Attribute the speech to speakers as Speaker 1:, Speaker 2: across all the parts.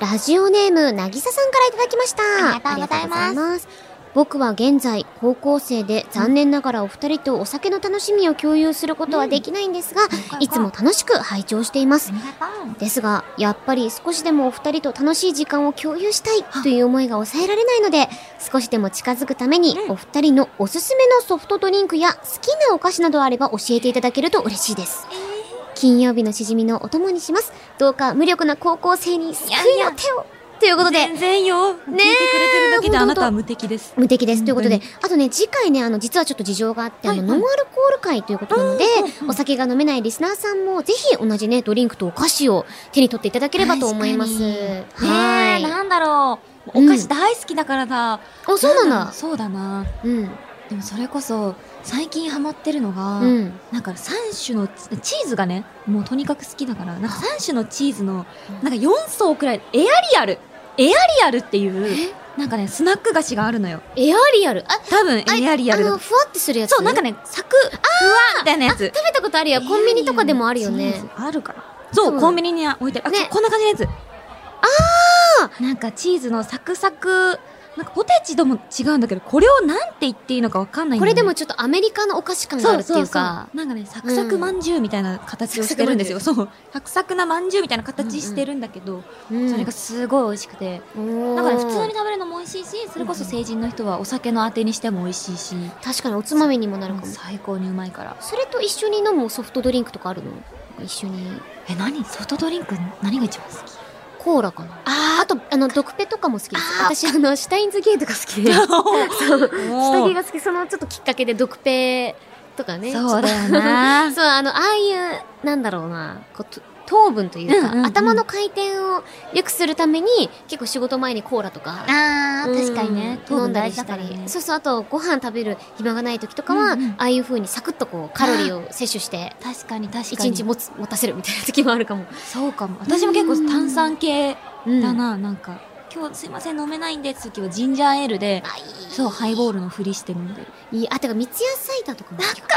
Speaker 1: ラジオネーム、なぎささんからいただきました。
Speaker 2: ありがとうございます
Speaker 1: ありがとうございます。僕は現在、高校生で残念ながらお二人とお酒の楽しみを共有することはできないんですが、
Speaker 2: うん
Speaker 1: いつも楽しく拝聴しています。ですが、やっぱり少しでもお二人と楽しい時間を共有したいという思いが抑えられないので、少しでも近づくために、お二人のおすすめのソフトドリンクや好きなお菓子などあれば教えていただけると嬉しいです。金曜日のしじみのお供にします。どうか無力な高校生に救いの手をということで
Speaker 3: 全、然よ。聞いてくれてる
Speaker 1: ほんとほ
Speaker 3: だけ
Speaker 1: ん
Speaker 3: で
Speaker 1: と
Speaker 3: あなたは無敵です。
Speaker 1: 無敵です。ということで
Speaker 3: 本、
Speaker 1: あとね、次回ね、あの、実はちょっと事情があって、あの、
Speaker 3: はい
Speaker 1: ノ
Speaker 3: は
Speaker 1: ン
Speaker 3: い
Speaker 1: アルコール会ということなので、お酒が飲めないリスナーさんも、ぜひ同じね、ドリンクとお菓子を手に取っていただければと思います。
Speaker 3: ねえ、
Speaker 1: は
Speaker 3: なんだろう。
Speaker 1: う
Speaker 3: お
Speaker 1: ん
Speaker 3: 菓子大好きだからだ。
Speaker 1: い。お、そうなんだ。
Speaker 3: そうだな。
Speaker 1: うん。
Speaker 3: でもそれこそ、最近ハマってるのが、
Speaker 1: うん。
Speaker 3: なんか3種のチチーズがね、もうとにかく好きだから、なんか3種のチーズの、なんか4層くらい、エアリアルエアリアルっていう、なんかね、スナック菓子があるのよ。
Speaker 1: エアリアル。あ、
Speaker 3: 多分、
Speaker 1: あ
Speaker 3: エアリアル
Speaker 1: あ
Speaker 3: だ
Speaker 1: の、ふわってするやつ。
Speaker 3: そう、なんか
Speaker 1: ね、
Speaker 3: ね、サク、ふわみたいなやつ。
Speaker 1: 食べたことあるよ。コンビニとかでもあるよ
Speaker 3: そ
Speaker 1: ね
Speaker 3: う。あるから。
Speaker 1: そうな
Speaker 3: そう、
Speaker 1: の
Speaker 3: コンビニに置いてる。あ、
Speaker 1: ね
Speaker 3: そうこんな感じのやつ。ああなんかチーズのサクサク、なんかポテチとも違うんだけど、これをなんて言っていいのかわかんないん
Speaker 1: こ
Speaker 3: だ
Speaker 1: れ
Speaker 3: よ
Speaker 1: で
Speaker 3: ね
Speaker 1: もちょっとアメリカのお菓子感があるっていうか。
Speaker 3: なんかねサクサクまんじゅうみたいな形をしてるんですよ、そうサクサクなまんじゅうみたいな形してるんだけど、
Speaker 1: うん
Speaker 3: それがすごい美味しくて、
Speaker 1: だ
Speaker 3: だから普通に食べるのも美味しいしそれこそ成人の人はお酒のあてにしても美味しいし、
Speaker 1: 確かにおつまみにもなるかも。
Speaker 3: 最高にうまいから
Speaker 1: それと一緒に飲むソフトドリンクとかあるの一緒に。
Speaker 3: え何ソフトドリンク何が一番好き
Speaker 1: コーラかな。
Speaker 3: あ
Speaker 1: あと、あの、ドクペとかも好きです。
Speaker 3: あー
Speaker 1: 私、あの、シュタインズゲートが好き で。そう。下着が好き、そのちょっときっかけでドクペとかね。
Speaker 3: そうだよ
Speaker 1: ちょっ
Speaker 3: な
Speaker 1: とそう、あの、ああいう、なんだろうな、こうと糖分というか、
Speaker 3: うんうんうん
Speaker 1: 頭の回転を良くするために、結構仕事前にコーラとか。
Speaker 2: あ
Speaker 1: うん
Speaker 2: 確かにね。
Speaker 1: 飲
Speaker 2: 糖
Speaker 1: ん
Speaker 2: 分
Speaker 1: だ
Speaker 2: 大
Speaker 1: り
Speaker 2: 事
Speaker 1: し
Speaker 2: だか
Speaker 1: た
Speaker 2: ら
Speaker 1: り
Speaker 2: ね。
Speaker 1: そうそうあとご飯食べる暇がない時とかは、
Speaker 3: うんうん
Speaker 1: ああいう風にサクッとこうカロリーを摂取して
Speaker 3: 確かに確
Speaker 1: 一
Speaker 3: かに
Speaker 1: 日持つ持たせるみたいな時もあるかも、
Speaker 3: そうかも私も結構炭酸系
Speaker 1: うん、
Speaker 3: だな、なんか今日すいません飲めないんです時はジンジャーエールで
Speaker 1: あいい
Speaker 3: そうハイボールのふりして飲んでる
Speaker 1: いいあてか三ツ矢サイダーとかも好き
Speaker 3: か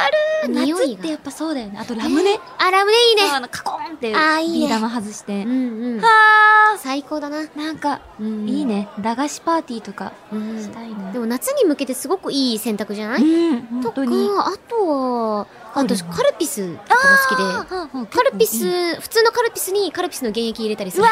Speaker 1: る
Speaker 3: 夏
Speaker 1: 匂い
Speaker 3: っ
Speaker 1: が
Speaker 3: てやっぱそうだよねあとラムネ、
Speaker 1: えーあラムネいいね
Speaker 3: そうあのカコーンってビ
Speaker 1: あーいいね
Speaker 3: ー玉外して
Speaker 1: うんうん
Speaker 3: あ
Speaker 1: 最高だな、
Speaker 3: ーなんか
Speaker 1: うん
Speaker 3: いい、ね駄菓子パーティーとか
Speaker 1: うん
Speaker 3: したいな
Speaker 1: でも夏に向けてすごくいい選択じゃない、
Speaker 3: うん
Speaker 1: とか
Speaker 3: 本当に
Speaker 1: あとはあ私カルピスとかが好きでカ
Speaker 3: カ
Speaker 1: ルピス普通のカルピスにカルピスの原液入れたりする
Speaker 3: うわ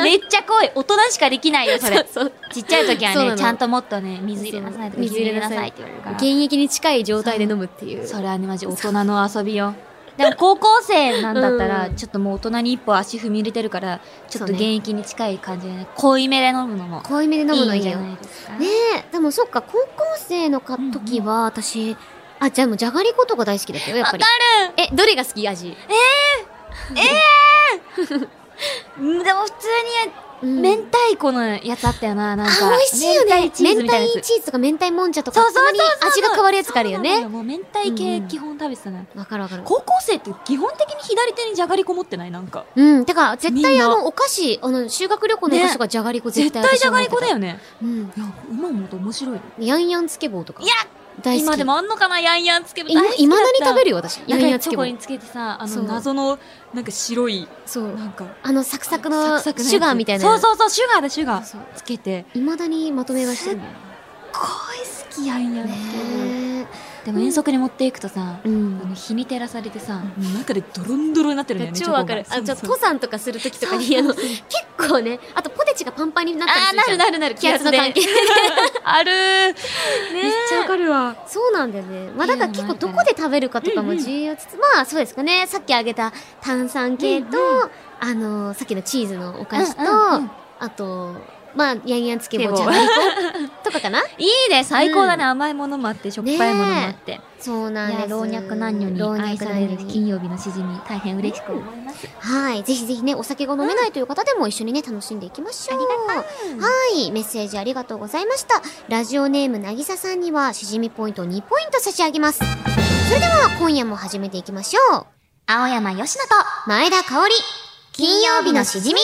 Speaker 3: ーめっちゃ濃い大人しかできないよそれ
Speaker 1: そう
Speaker 3: ちっちゃい時は
Speaker 1: そうなの
Speaker 3: ねちゃんともっとね水入れなさ
Speaker 1: そう
Speaker 3: いとか
Speaker 1: 水入
Speaker 3: 水入
Speaker 1: れ
Speaker 3: れ
Speaker 1: な
Speaker 3: な
Speaker 1: さ
Speaker 3: さ
Speaker 1: い
Speaker 3: いって言われるから
Speaker 1: 原液に近い状態で飲むっていう
Speaker 3: それはねマジ大人の遊びよでも高校生なんだったら
Speaker 1: うん
Speaker 3: ちょっともう大人に一歩足踏み入れてるからちょっ
Speaker 1: そ
Speaker 3: と
Speaker 1: うね
Speaker 3: 現役に近い感じでね濃いめで飲むのも
Speaker 1: 濃いめで飲むのい
Speaker 3: いいん
Speaker 1: い
Speaker 3: じゃ
Speaker 1: よ
Speaker 3: ないですか
Speaker 1: ねえでもそっか高校生のか時は私、あじゃあもうじゃがりことが大好きだったよやっぱり
Speaker 3: る
Speaker 1: えどれが好き味
Speaker 3: うんでも普通
Speaker 1: うん
Speaker 3: に明太子のやつあったよな、なん
Speaker 1: あ
Speaker 3: か。
Speaker 1: 美味しいよね
Speaker 3: 明太チーズみたいなや
Speaker 1: 明太
Speaker 3: つ。
Speaker 1: チーズとか明太もんじゃとか
Speaker 3: そうそうそうそう
Speaker 1: たまに味が変わるやつがあるよ
Speaker 3: そうな
Speaker 1: ね
Speaker 3: のもう明太
Speaker 1: う
Speaker 3: 系
Speaker 1: ん
Speaker 3: 基本食べてたな。
Speaker 1: わかるわかる
Speaker 3: 高校生って基本的に左手にじゃがりこ持ってないなんか。
Speaker 1: うんてか絶対
Speaker 3: みん
Speaker 1: あ
Speaker 3: な
Speaker 1: のお菓子あの修学旅行のお菓子がじゃがりこ
Speaker 3: 絶
Speaker 1: 絶対
Speaker 3: 対じゃがりこだ
Speaker 1: よ、
Speaker 3: よね。
Speaker 1: うん、
Speaker 3: いや、今思うと面白いね。
Speaker 1: ヤンヤンつけ棒とか
Speaker 3: いや
Speaker 1: 大好き
Speaker 3: 今でもあんのかなヤンヤンつけ棒。
Speaker 1: いま
Speaker 3: 大好き
Speaker 1: いま
Speaker 3: だっ
Speaker 1: だに
Speaker 3: た
Speaker 1: 食べるよ私ヤ
Speaker 3: なん
Speaker 1: ンヤン
Speaker 3: か
Speaker 1: つ
Speaker 3: チ
Speaker 1: け
Speaker 3: ョ
Speaker 1: 棒
Speaker 3: コにつけてさ、あ
Speaker 1: そ
Speaker 3: の
Speaker 1: う
Speaker 3: 謎の、なんか白い、
Speaker 1: そう
Speaker 3: なんか、
Speaker 1: あのサクサクの
Speaker 3: サク
Speaker 1: シ
Speaker 3: サクのやつ
Speaker 1: ュガーみたいな
Speaker 3: そうそうそう、シュガーだ、シュガ
Speaker 1: そう
Speaker 3: ー。つけて。
Speaker 1: いまだにまとめ買いしてるんだよね
Speaker 3: すっごい好きやんやんつけ棒。
Speaker 1: ね
Speaker 3: でも遠足に持っていくとさ、
Speaker 1: えう
Speaker 3: あ
Speaker 1: ん
Speaker 3: の日に照らされてさ、もう中でドロンドロになってるんだよね。
Speaker 1: 超わかるあ
Speaker 3: チョコ
Speaker 1: じゃ
Speaker 3: が
Speaker 1: あ
Speaker 3: そうそう
Speaker 1: 登山とかするときとかにあの結構ねあとポテチがパンパンになったり
Speaker 3: あ
Speaker 1: す
Speaker 3: ー
Speaker 1: る
Speaker 3: な
Speaker 1: じゃ
Speaker 3: る
Speaker 1: ん
Speaker 3: なるなる
Speaker 1: 気圧の関係
Speaker 3: 気圧ね あるーめっちゃわかるわ
Speaker 1: そうなんだよね。まあだから
Speaker 3: ってい
Speaker 1: 結
Speaker 3: う
Speaker 1: 構
Speaker 3: のも
Speaker 1: ど
Speaker 3: あるから
Speaker 1: こで食べるかとかも
Speaker 3: うんうん
Speaker 1: 重要つつ、まあそうですかね。さっきあげた炭酸系と、あのーさっきのチーズのお菓子と、
Speaker 3: うんうんうん
Speaker 1: あと、まあ、ヤンヤンつけ
Speaker 3: つけ
Speaker 1: 棒
Speaker 3: 棒
Speaker 1: じゃがりことかか な
Speaker 3: いいね最高だね、甘いものもあってしょっぱいものもあって、
Speaker 1: そう
Speaker 3: い
Speaker 1: なんで
Speaker 3: や
Speaker 1: す。
Speaker 3: 老若男女に
Speaker 1: 老若
Speaker 3: 愛される
Speaker 1: 男女に
Speaker 3: 金曜日のしじみ大変嬉しく思います、
Speaker 1: はい。ぜひぜひね、お酒が飲めないという方でも一緒にね、楽しんでいきましょう。はい。メッセージありがとうございました。ラジオネームなぎささんには、しじみポイント2ポイント差し上げます。それでは、今夜も始めていきましょう。
Speaker 2: 青山よしのと、
Speaker 1: 前田香織金曜日のしじみ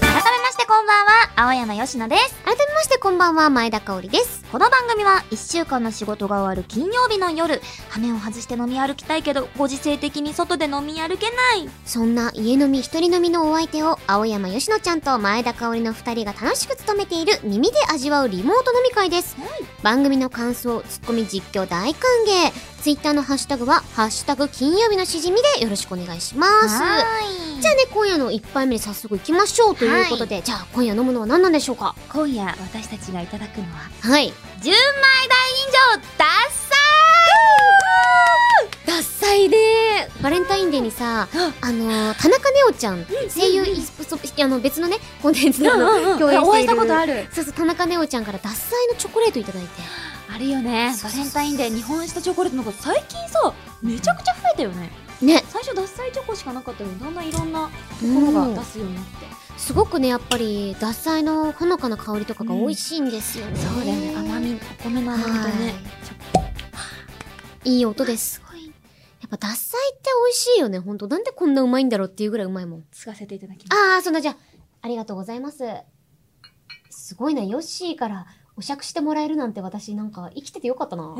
Speaker 2: 改めましてこんばんは、
Speaker 3: 青山よしなです。
Speaker 1: 改めましてこんばんは、前田香織です。
Speaker 3: この番組は1週間の仕事が終わる金曜日の夜、羽目を外して飲み歩きたいけど、ご時世的に外で飲み歩けない。
Speaker 1: そんな家飲み一人飲みのお相手を、青山よしのちゃんと前田香織の二人が楽しく務めている耳で味わうリモート飲み会です。番組の感想、ツッコミ実況大歓迎。ツイッターのハッシュタグは、ハッシュタグ金曜日のしじみでよろしくお願いします。
Speaker 3: はい。
Speaker 1: じゃあね、今夜の一杯目に早速行きましょうということで、じゃあ今夜飲むのは何なんでしょうか
Speaker 3: 今夜私たちがいただくのは、
Speaker 1: はい。
Speaker 3: 純米大吟醸ダ
Speaker 1: ダ
Speaker 3: ッサ
Speaker 1: ッサイでバレンタインデーにさ、あのー田中ねおちゃん、声優いそあの別のね、コンテンツであの、共演している
Speaker 4: お会いしたことある。
Speaker 1: そうそう、田中ねおちゃんから獺祭のチョコレートいただいて。
Speaker 4: あるよね。バレンタインデー日本酒とチョコレートのこと最近さ、めちゃくちゃ増えたよね。
Speaker 1: ね。
Speaker 4: 最初、脱菜チョコしかなかったのに、だんだんいろんなところが出すようになって。
Speaker 1: すごくね、やっぱり、獺祭のほのかな香りとかが美味しいんですよね。
Speaker 4: そうだよね。甘み、お米の甘みとね。
Speaker 1: はい。いい音です。やっぱ獺祭って美味しいよね、ほんと。なんでこんなうまいんだろうっていうぐらいうまいもん。
Speaker 4: つかせていただきます。
Speaker 1: ああ、そんなじゃあ、ありがとうございます。すごいな、ヨッシーからお酌してもらえるなんて私なんか生きててよかった な。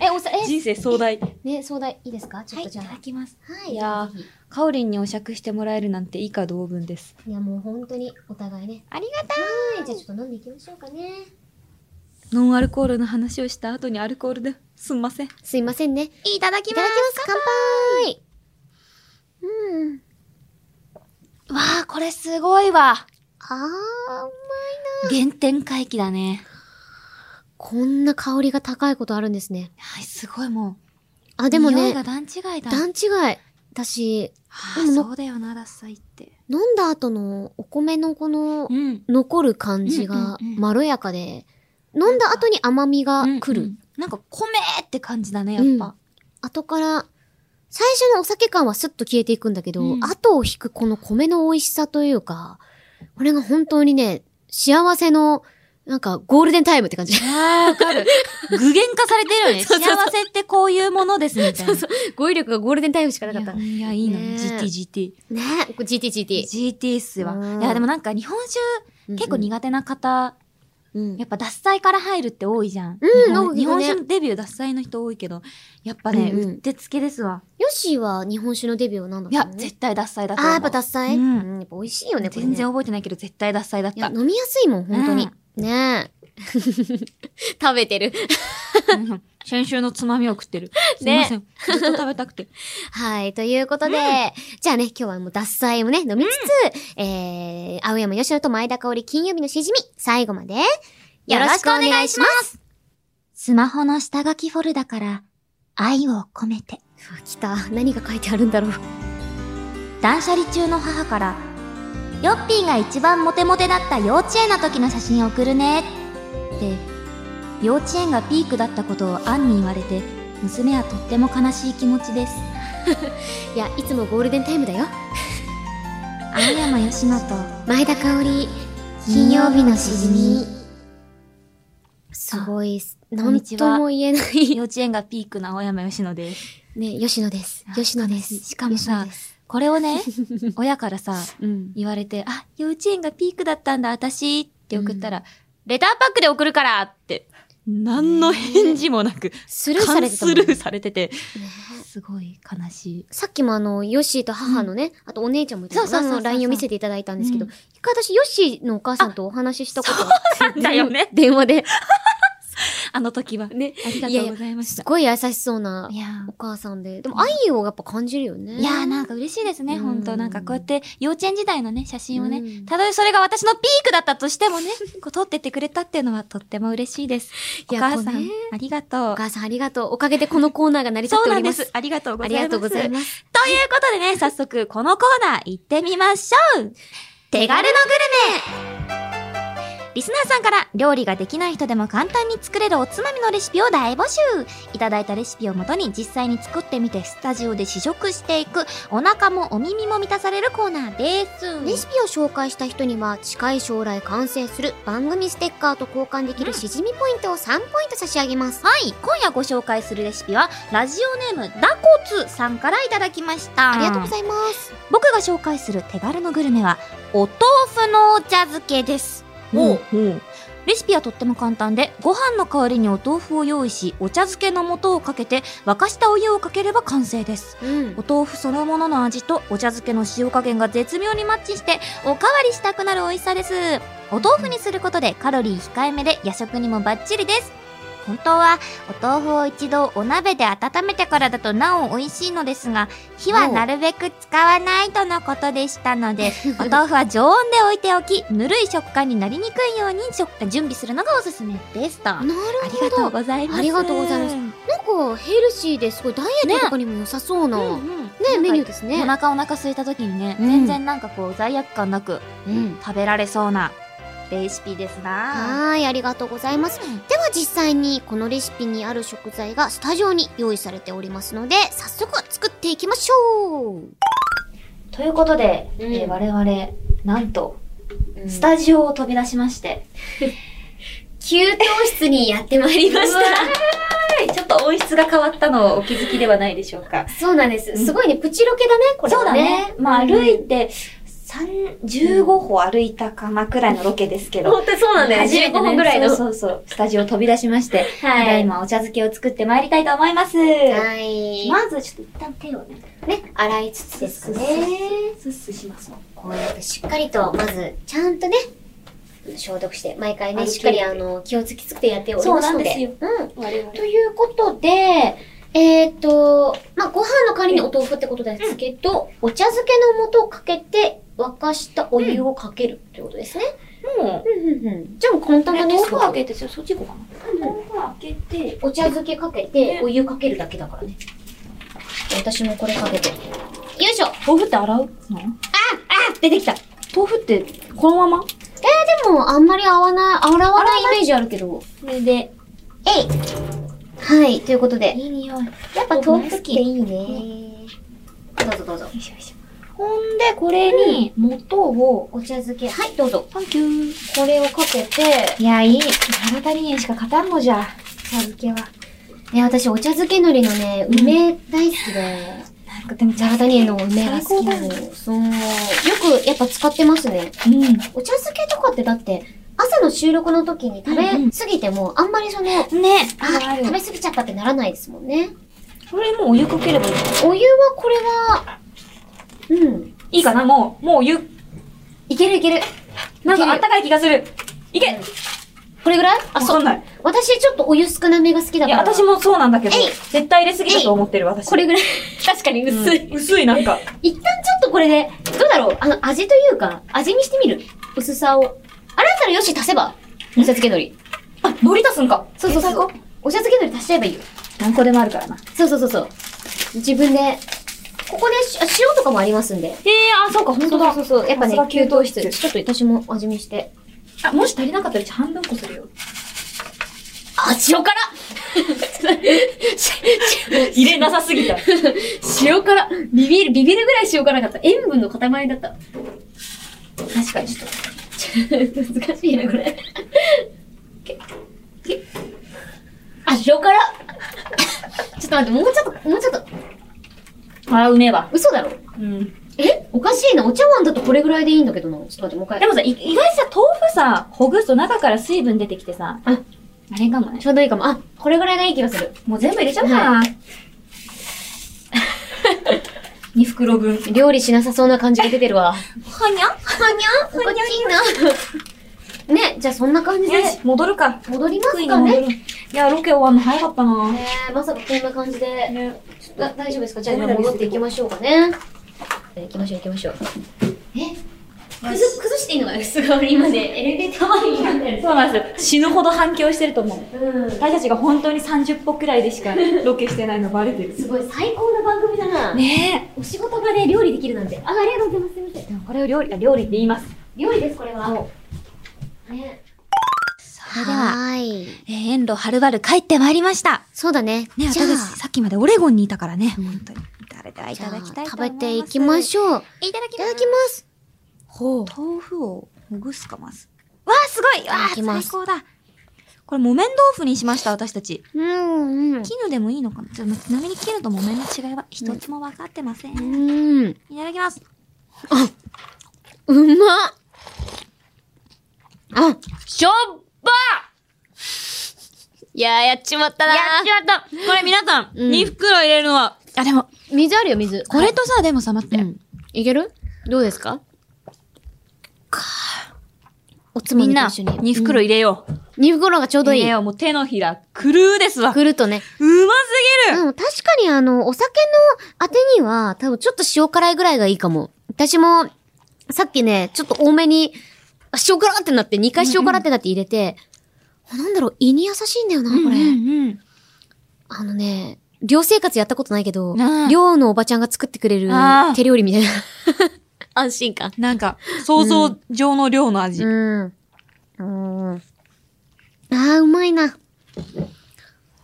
Speaker 1: え、おさ、え、
Speaker 4: 人生壮大。
Speaker 1: ね、相談いいですかちょ
Speaker 4: は
Speaker 1: っ
Speaker 4: い、
Speaker 1: と
Speaker 4: い
Speaker 1: じゃ
Speaker 4: た
Speaker 1: あ。
Speaker 4: だきます。
Speaker 1: はい
Speaker 4: や
Speaker 1: ぜ
Speaker 4: かおりんにお酌してもらえるなんて以下同文です。
Speaker 1: ひいや、もう本当にお互いね。
Speaker 3: ありがた
Speaker 1: はい、じゃあちょっと飲んでいきましょうかね。
Speaker 4: ノンアルコールの話をした後にアルコールですんません。
Speaker 1: すいませんね。い
Speaker 3: いいただき
Speaker 1: た
Speaker 3: ま
Speaker 1: だき
Speaker 3: す
Speaker 1: ます、乾杯うん。
Speaker 3: わあ、これすごいわ。
Speaker 1: あー、
Speaker 3: 原点回帰だね。
Speaker 1: こんな香りが高いことあるんですね。
Speaker 3: はい、すごいも
Speaker 1: あ、
Speaker 3: う。
Speaker 1: でも
Speaker 3: 匂い
Speaker 1: ね
Speaker 3: が、段違いだ。
Speaker 1: 段違い。私、
Speaker 3: はあ、
Speaker 1: でも
Speaker 3: そうだよな、ダッサいって。
Speaker 1: 飲んだ後のお米のこの
Speaker 3: うん。
Speaker 1: 残る感じが
Speaker 3: うんうんうん
Speaker 1: まろやかで、飲んだ後に甘みが来る。
Speaker 3: なんか米って感じだね、やっ
Speaker 1: うん
Speaker 3: ぱ。
Speaker 1: 後から、最初のお酒感はスッと消えていくんだけど、
Speaker 3: うん
Speaker 1: 後を引くこの米の美味しさというか、これが本当にね、幸せの、なんかゴールデンタイムって 感じ。
Speaker 3: ああ、わかる。具現化されてるよ ね。
Speaker 1: そうそうそう
Speaker 3: 幸せってこういうものです、みたいな。
Speaker 1: そう語彙力がゴールデンタイムしかなかった。ね
Speaker 3: いや、いやいいな、
Speaker 1: ね
Speaker 3: GT、
Speaker 1: え、これ
Speaker 3: GT。
Speaker 1: GTGT。
Speaker 3: GT っすわ。
Speaker 1: うん
Speaker 3: いや、でもなんか日本酒結構苦手な方、
Speaker 1: うんうん、うん
Speaker 3: やっぱ脱菜から入るって多いじゃん。
Speaker 1: うん
Speaker 3: 日本
Speaker 1: 多い
Speaker 3: 日
Speaker 1: よ
Speaker 3: 本
Speaker 1: ね
Speaker 3: 酒デビュー脱菜の人多いけど、やっぱね、
Speaker 1: うんうん
Speaker 3: うってつけですわ。
Speaker 1: ヨッシーは日本酒のデビューは何だっ
Speaker 3: い
Speaker 1: た
Speaker 3: や、
Speaker 1: の
Speaker 3: 絶対脱菜だと
Speaker 1: あ
Speaker 3: 思
Speaker 1: ーや
Speaker 3: う。
Speaker 1: っぱダッサイ、
Speaker 3: うん
Speaker 1: やっぱ美味しいよね、これね
Speaker 3: 全然覚えてないけど、絶対脱菜だっ
Speaker 1: いや、
Speaker 3: た。
Speaker 1: 飲みやすいもん、本当に。ね え。食べてる。
Speaker 3: うん先週のつまみを食ってる。すいま
Speaker 1: ね
Speaker 3: せん。ずっと食べたくて。
Speaker 1: はい、ということで、じゃあね、今日はもう脱菜もね、飲みつつ、えー、青山よしと前田香織金曜日のしじみ、最後まで、よろしくお願いします。
Speaker 3: す。 スマホの下書きフォルダから愛を込めて。
Speaker 1: うわ来た。何が書いてあるんだろう。
Speaker 3: 断捨離中の母から、ヨッピーが一番モテモテだった幼稚園の時の写真送るね。って、幼稚園がピークだったことをアンに言われて、娘はとっても悲しい気持ちです。
Speaker 1: いや、いつもゴールデンタイムだよ。
Speaker 3: 青山よしのと、
Speaker 1: 前田香織、
Speaker 3: 金曜日のしじみ。
Speaker 1: すごい、
Speaker 3: こ
Speaker 1: なんん
Speaker 3: にち
Speaker 1: と
Speaker 3: は
Speaker 1: も言えない。
Speaker 3: 幼稚園がピークの青山よしのです。
Speaker 1: ね、吉野です。吉野です。
Speaker 3: しかもさ
Speaker 1: 吉野です
Speaker 3: これを ね、親からさ、
Speaker 1: うん。
Speaker 3: 言われて、あ、幼稚園がピークだったんだ、私って送ったら、レターパックで送るからって、何の返事もなく、
Speaker 1: スルーさ
Speaker 3: 完
Speaker 1: れてた
Speaker 3: ス
Speaker 1: もん
Speaker 3: ル
Speaker 1: ね
Speaker 3: ーされてて、
Speaker 1: ね
Speaker 3: すごい悲しい。
Speaker 1: さっきもあの、ヨッシーと母のね、あとお姉ちゃんもいたのかな
Speaker 3: そうそうそうそう
Speaker 1: あの LINE を見せていただいたんですけど、
Speaker 3: うん
Speaker 1: 一回私、ヨッシーのお母さんとお話ししたことがあって
Speaker 3: なんだよね
Speaker 1: 電話で。
Speaker 3: あの時は。
Speaker 1: ね。
Speaker 3: ありがとうございまし
Speaker 1: す
Speaker 3: た。
Speaker 1: ごい優しそうない
Speaker 3: や
Speaker 1: お母さんで。でも愛をやっぱ感じるよね。
Speaker 3: いやーなんか嬉しいですね、
Speaker 1: うん
Speaker 3: 本当なんかこうやって幼稚園時代のね、写真を
Speaker 1: う
Speaker 3: ね、
Speaker 1: ん
Speaker 3: たとえそれが私のピークだったとして もね、こう撮ってってくれたっていうのはとっても嬉しいです。
Speaker 1: い
Speaker 3: お
Speaker 1: や
Speaker 3: 母さ
Speaker 1: こうんね、
Speaker 3: ありがと
Speaker 1: お
Speaker 3: う。
Speaker 1: 母さんありがとう。おかげでこのコーナーが成り立っ
Speaker 3: そう
Speaker 1: てお
Speaker 3: なん
Speaker 1: りま。
Speaker 3: ですす。ありがとうご
Speaker 1: あ
Speaker 3: ざい
Speaker 1: り
Speaker 3: ます。
Speaker 1: がとうございます。
Speaker 3: ということでね、早速このコーナー行ってみましょう手軽のグルメリスナーさんから料理ができない人でも簡単に作れるおつまみのレシピを大募集いただいたレシピをもとに実際に作ってみてスタジオで試食していくお腹もお耳も満たされるコーナーです。
Speaker 1: レシピを紹介した人には近い将来完成する番組ステッカーと交換できるしじみポイントを3ポイント差し上げます。
Speaker 3: はい、今夜ご紹介するレシピはラジオネームダコツさんからいただきました。
Speaker 1: ありがとうございます。
Speaker 3: 僕が紹介する手軽のグルメはお豆腐のお茶漬けですほう
Speaker 5: ほう
Speaker 3: レシピはとっても簡単でご飯の代わりにお豆腐を用意しお茶漬けの素をかけて沸かしたお湯をかければ完成です
Speaker 1: うん
Speaker 3: お。豆腐そのものの味とお茶漬けの塩加減が絶妙にマッチしておかわりしたくなる美味しさですお豆腐にすることでカロリー控えめで夜食にもバッチリです本当はお豆腐を一度お鍋で温めてからだとなお美味しいのですが火はなるべく使わないとのことでした のでお豆腐は常温で置いておき、ぬるい食感になりにくいように食準備するのがおすすめですと。
Speaker 1: な
Speaker 3: あ
Speaker 1: る
Speaker 3: り
Speaker 1: ほ
Speaker 3: がと
Speaker 1: ど。
Speaker 3: うございます。
Speaker 1: ありがとうございます
Speaker 3: うん
Speaker 1: なんかヘルシーですごいダイエットとかにも良さそうな。ね
Speaker 3: うん
Speaker 1: メニュー
Speaker 3: ー
Speaker 1: です
Speaker 3: お
Speaker 1: ね。
Speaker 3: 腹お腹空いた時にね、
Speaker 1: うん
Speaker 3: 全然なんかこう罪悪感なく
Speaker 1: うん。
Speaker 3: 食べられそうなレシピですな。
Speaker 1: はーい、ありがとうございます。では実際にこのレシピにある食材がスタジオに用意されておりますので、早速作っていきましょう。
Speaker 3: ということで、
Speaker 1: うん
Speaker 3: えー我々、なんと、ス
Speaker 1: ジ
Speaker 3: タジオを飛び出しまして、
Speaker 1: 給湯室にやってまいりまし
Speaker 3: うわーいちょっと音質が変わったのをお気づきではないでしょうか。
Speaker 1: た。 そうなんです
Speaker 3: す
Speaker 1: ごいね、プチロケだね、こ
Speaker 3: そうだね。まあ歩
Speaker 1: い
Speaker 3: いて、三15歩歩いたかなくらいのロケですけど。
Speaker 1: 当にそう
Speaker 3: 15歩ぐらいの、そうそう、スタジオを飛び出しまして、ただいまお茶漬けを作ってまいりたいと思います。
Speaker 1: はい。
Speaker 3: まずちょっと一旦手をね、
Speaker 1: ね、洗いつつですね。
Speaker 3: スッスしますの。
Speaker 1: こうやってしっかりと、まず、ちゃんとね、消毒して、毎回
Speaker 3: あ
Speaker 1: ね、
Speaker 3: の
Speaker 1: しっかりあの、気をつきつくてやっておりますので。で
Speaker 3: そうなん
Speaker 1: すよ。うん。
Speaker 3: 我々
Speaker 1: ということで、えっ、ー、と、まあ、ご飯の代わりにお豆腐ってことですけど、お茶漬けの素をかけて、沸かしたお湯をかけるってことですね。
Speaker 3: もう、
Speaker 1: うんうんうん。じゃあもう簡単だね。
Speaker 3: 豆腐開
Speaker 1: す
Speaker 3: けて、そっち行こうかな。豆腐開けて、
Speaker 1: ごくお茶漬けかけて、お湯かけるだけだからね。私もこれかけて。よいしょ
Speaker 3: 豆腐って洗うの
Speaker 1: 出てきた
Speaker 3: 豆腐って、このまま
Speaker 1: でも、あんまり合わない、洗わないイメージあるけど。
Speaker 3: これで。
Speaker 1: えいはい、ということで。
Speaker 3: いい匂い。よ
Speaker 1: やっぱ豆腐っていいね。どうぞどうぞ。
Speaker 3: いしょよいしょ。ほんで、これに、元を、
Speaker 1: お茶漬け。はい、どうぞ。
Speaker 3: サンキュー。
Speaker 1: これをかけて、
Speaker 3: いや、いい。体にしか勝たんのじゃ。茶漬けは。
Speaker 1: ね、私、お茶漬け海苔のね、
Speaker 3: うん
Speaker 1: 梅大好きで、
Speaker 3: なんかでも、
Speaker 1: ジャラダニエの梅が好きな
Speaker 3: 最
Speaker 1: の
Speaker 3: 高。
Speaker 1: そう。よく、やっぱ使ってますね。
Speaker 3: う
Speaker 1: お茶漬けとかってだって、朝の収録の時に食べ
Speaker 3: うんうん
Speaker 1: 過ぎても、あんまりその、
Speaker 3: ん。ね
Speaker 1: あ、食べ過ぎちゃったってならないですもんね。
Speaker 3: これもうお湯かければいい。
Speaker 1: お湯はこれは、うん。
Speaker 3: いいかなもう、もうお湯。
Speaker 1: いけるいける。
Speaker 3: なんかあったかい気がする。いけ
Speaker 1: これぐらいあ、
Speaker 3: わ
Speaker 1: そ
Speaker 3: かん
Speaker 1: う。
Speaker 3: ない。
Speaker 1: 私ちょっとお湯少なめが好きだ
Speaker 3: い
Speaker 1: から。
Speaker 3: や、私もそうなんだけど
Speaker 1: えい、
Speaker 3: 絶対入れすぎだと思ってる、私。
Speaker 1: これぐらい。確かに
Speaker 3: うん、
Speaker 1: 薄い。
Speaker 3: 薄い、なんか。
Speaker 1: 一旦ちょっとこれで、どうだろうあの、味というか、味見してみる。薄さを。あれだったらよし、足せば。お茶漬け海苔。
Speaker 3: あ、海苔出すんか。
Speaker 1: そうそう
Speaker 3: 最
Speaker 1: そう
Speaker 3: 高。。
Speaker 1: お茶漬け海苔足しちゃえばいいよ。
Speaker 3: 何個でもあるからな。
Speaker 1: そうそうそうそう。自分で。ここでし、あ塩とかもありますんで。
Speaker 3: ええあ、そうか、本当だ。
Speaker 1: そうそうそう。やっぱね
Speaker 3: さすが、
Speaker 1: 給
Speaker 3: 給
Speaker 1: 湯
Speaker 3: 湯
Speaker 1: 室。
Speaker 3: 室
Speaker 1: ちょっと私も味見して。
Speaker 3: あ、もし足りなかったら、うち半分こするよ。
Speaker 1: あ、塩辛
Speaker 3: 入れなさすぎた。
Speaker 1: 塩辛ビビる、ビビるぐらい塩辛かった。塩分の塊だった。
Speaker 3: 確かに、ちょっ
Speaker 1: 難しいね、これ。けけあ、塩辛ちょっと待って、もうちょっと、もうちょっと、
Speaker 3: と。あ、うめえわ。
Speaker 1: 嘘だろ
Speaker 3: うん。
Speaker 1: えおかしいな。お茶碗だとこれぐらいでいいんだけどな。ちょっと待って、もう一回。
Speaker 3: でもさ、い意外とさ、豆腐さ、ほぐすと中から水分出てきてさ、
Speaker 1: あ
Speaker 3: あれかもね。
Speaker 1: ちょうどいいかも。あ、これぐらいがいい気がする。
Speaker 3: もう全部入れちゃおう かな。2袋分。
Speaker 1: 料理しなさそうな感じが出てるわ。は
Speaker 3: はにゃ
Speaker 1: にゃこっちいな。ね、じゃあそんな感じで
Speaker 3: よし、戻るか。
Speaker 1: 戻りま
Speaker 3: 福
Speaker 1: す
Speaker 3: 井
Speaker 1: か
Speaker 3: に戻
Speaker 1: ね。
Speaker 3: る。いや、ロケ終わんの早かったな。
Speaker 1: ねまさかこんな感じで。
Speaker 3: ね、
Speaker 1: ちょっとだ大丈夫ですかじゃあ今戻っていきましょうかね。行きましょう行きましょう。え崩す崩していいのかなすごい今 ね、エレベーター前になってる。
Speaker 3: そうなんです。死ぬほど反響してると思う。
Speaker 1: うん。
Speaker 3: 私たちが本当に30歩くらいでし かロケしてないのバレてる。
Speaker 1: すごい最高な番組だな。
Speaker 3: ね
Speaker 1: お仕事場で料理できるなんて。あ、ありがとうございます。すみません
Speaker 3: え。。でもこれを料理、あ料理って言います。
Speaker 1: 料理です、これは。ね。
Speaker 3: それでは、
Speaker 1: い。
Speaker 5: えー遠路はるばる帰ってまいりました。
Speaker 1: そうだね。
Speaker 5: ね、
Speaker 1: じゃあ
Speaker 5: 私、さっきまでオレゴンにいたからね、
Speaker 1: うん
Speaker 5: 本当に。それではい
Speaker 1: じゃ
Speaker 5: た
Speaker 1: あ
Speaker 5: だきたいと
Speaker 1: 食
Speaker 5: 思い
Speaker 1: べ
Speaker 5: ます。
Speaker 1: ていきましょう。
Speaker 3: いただき
Speaker 1: いただきます。
Speaker 5: ほう。豆腐をほぐすかます。わあ、すごいわ
Speaker 1: いただ
Speaker 5: あ、
Speaker 1: きます
Speaker 5: 最高だ。これ、木綿豆腐にしました、私たち。
Speaker 1: うん、うん。
Speaker 5: 絹でもいいのかなちょっとちなみに絹と木綿の違いは一つも分かってません。い
Speaker 1: うん。
Speaker 5: ただきます。
Speaker 1: うまっ。あ、
Speaker 3: しょっぱ
Speaker 1: いやー、やっちまったなー。
Speaker 3: やっちまったこれ皆さん、
Speaker 1: うん
Speaker 3: 2袋入れるのは、あ、でも、
Speaker 1: 水あるよ、水。
Speaker 3: これとさ、でもさ、待って。
Speaker 1: いけるどうですかおつま
Speaker 3: みん
Speaker 1: みと
Speaker 3: な、
Speaker 1: 一緒に。
Speaker 3: 2袋入れよう。
Speaker 1: 二袋がちょうどい
Speaker 3: 入れ
Speaker 1: い。
Speaker 3: よう。もう手のひら、狂うですわ。うま
Speaker 1: くるとね。
Speaker 3: すぎる
Speaker 1: うん、確かにあの、お酒の当てには、多分ちょっと塩辛いぐらいがいいかも。私も、さっきね、ちょっと多めに、あ塩辛ってなって、2回塩辛ってなって入れて、あなんだろう、胃に優しいんだよな、これ。
Speaker 3: うん
Speaker 1: あのね、寮生活やったことないけど
Speaker 3: ああ、
Speaker 1: 寮のおばちゃんが作ってくれる
Speaker 3: ああ
Speaker 1: 手料理みたいな。 安心感。
Speaker 3: うん。なんか、想像上の量の味。
Speaker 1: うん。うん。ああ、うまいな。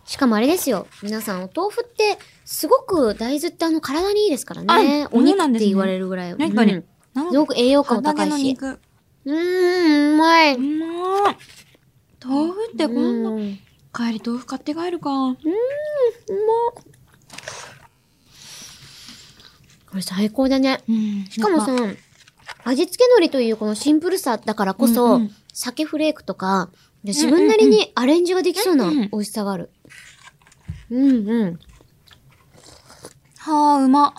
Speaker 1: しかもあれですよ。皆さん、お豆腐って、すごく大豆ってあの、体にいいですからね
Speaker 3: あ。
Speaker 1: お
Speaker 3: そうな
Speaker 1: 肉
Speaker 3: ん
Speaker 1: っ
Speaker 3: です
Speaker 1: て
Speaker 3: ね
Speaker 1: 言われるぐらい。
Speaker 3: 確かに
Speaker 1: うん
Speaker 3: なん
Speaker 1: すごく栄養価も高い
Speaker 3: の
Speaker 1: し。
Speaker 3: 肉。
Speaker 1: うーん、うまい。
Speaker 3: うまい。豆腐ってこん
Speaker 1: う
Speaker 3: な。
Speaker 1: ん
Speaker 3: 帰り豆腐買って帰るか。
Speaker 1: これ最高だね。
Speaker 3: うん。
Speaker 1: しかもさ、味付け海苔というこのシンプルさだからこそ、
Speaker 3: うんうん
Speaker 1: 鮭フレークとか、自分なりにアレンジができそうな
Speaker 3: うんうん
Speaker 1: 美味しさがある。うんうん。
Speaker 3: はあ、うま。